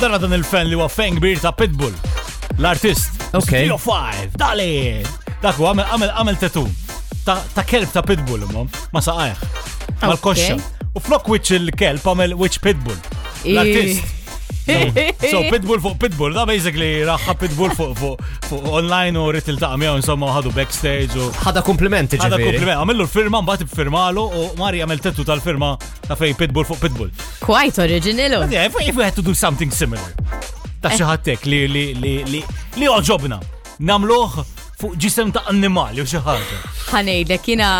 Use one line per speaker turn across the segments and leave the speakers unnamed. Dana dan il-fan li huwa fan kbir ta' Pitbull. L-artist.
Ok.
05, dali! Dak huwa għamel- għamel għamel tatu. Ta' ta' kelb ta' Pitbull imma ma saqajh. Mal-koxxa. U flok witch il-kelb għamel witch Pitbull. L-artist. So Pitbull fuq Pitbull, da basically raħħa Pitbull fuq fuq fuq online u rrit il-taqam jew insomma u ħadu backstage u
ħada komplimenti
ħada
ġifiri.
kompliment, għamillu l-firma mbagħad firmalu u Mari għamel tettu tal-firma ta' fej Pitbull fuq Pitbull.
Quite original.
But yeah, if, if we had to do something similar. Ta' xi ħadtek li li li li li oġobna. Namluh fuq ġisem ta' annimali u xi ħaġa.
Ħanejdlek jina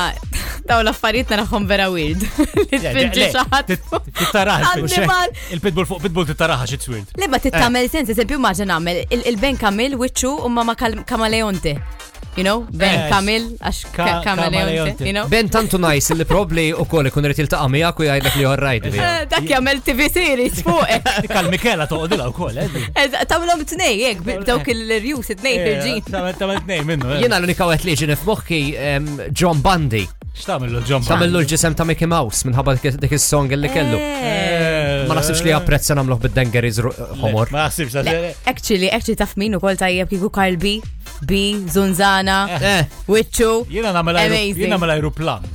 daw l-affarijiet narahom vera weird. Li
Yeah, yeah,
tfinġi
le,
xaħat.
tit- Tittaraħ
Annimal.
il-pitbull. Il-pitbull fuq pitbull tittaraħ xi twild.
Leba
Eh.
tittamel sens, eżempju maġa namel, il-Ben Kamil witxu umma ma kal- kamaleonte. You know,
Eh,
Ben Kamil, għax
ka-
ka- kamaleonte,
kamaleonte.
you know.
Ben tantu najs li probli u koll ikun rrit il-taqa miegħek u jgħidlek li jorrajt.
Eh, Dak jagħmel TV series fuq.
Dikal Mikela toqodilha wkoll, eh. di.
Tawlom t-nej, jek, dawk il-rjus t-nej
Eh,
fil-ġin.
Tagħmel tagħmel tnejn minnu. eh.
Jena l-unika għet li ġinif moħki John Bundy.
X'tagħmel l-ġomba?
Tamillu l-ġisem ta' Mickey Mouse minħabba dik dik is-song li kellu.
Eh.
Eh,
Ma naħsibx li japprezza namluħ bid-dengeriz homor.
Ma eh, naħsibx ta'
Actually, actually taf min u kol tajjeb kiku Karl B, B, Zunzana,
Eh,
Witchu.
Jena namel
Amazing.
jena namel aeroplan.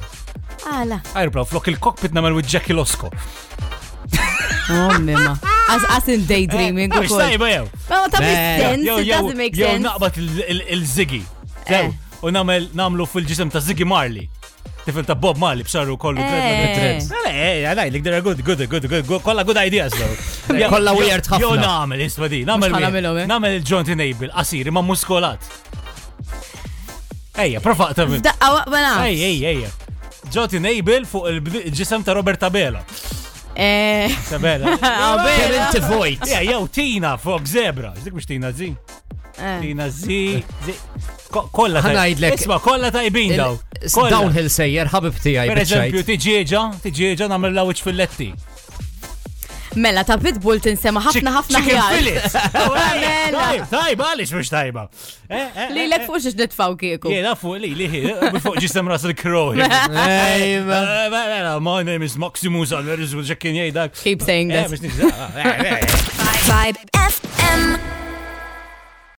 Għala,
Aeroplan, flok il-cockpit namel with Jackie Losco.
ommima. As as in daydreaming u
Mux
kol.
Eh, tajba jew.
Ma ta'
Eh,
sense, it doesn't make
Jew
sense.
naqbat il- il- il-Ziggy.
Eh.
Sew, u namel namlu fil-ġisem ta' Ziggy Marley. Tifel ta' Bob Marley bxarru kollu
Eh.
dreadlock.
dreads.
Eh, eh, I like, they're good, good, good, good, good, kolla good ideas though. Yeah,
Kolla
jo-
weird ħafna.
Jo namel, isma di, namel.
Mux
weird.
ħanamilhom, eh.
Namel il-John Tinable, qasir, ma' muskolat. Ejja, profaq ta' minn.
Daqqa waqba
Ej,
naf.
ej, ej. Joti Nable fuq il-bdi- il-ġisem ta' Roberta Bela.
Eh,
Sabela.
Kemm inti vojt.
Ja, jew Tina fuq Zebra. Dik mhux Tina Zi.
eh.
Tina Zi. Zi- Ko- Kolla
Ħana
tajbin.
ngħidlek-
Isma, kolla tajbin daw. Kolla.
Downhill sejjer, ħabib tijaj.
Per eżempju, tiġieġa, tiġieġa namel lawiċ filletti.
mela ta' pitbull tinsema ħafna ħafna ħjar. Mela.
Tajba, tajba, għalix mux tajba.
Li l-ek fuq xiex nitfaw kieku.
Jena fuq li, li, hi, fuq ġisem Russell Crowe.
Mela.
Ejma.
Eh, ma- ma- ma- My name is Maximus Alvarez, ġekkin jgħidak.
Keep saying
Eh,
that.
biex nix- ah, ah, eh, eh.
Vibe FM.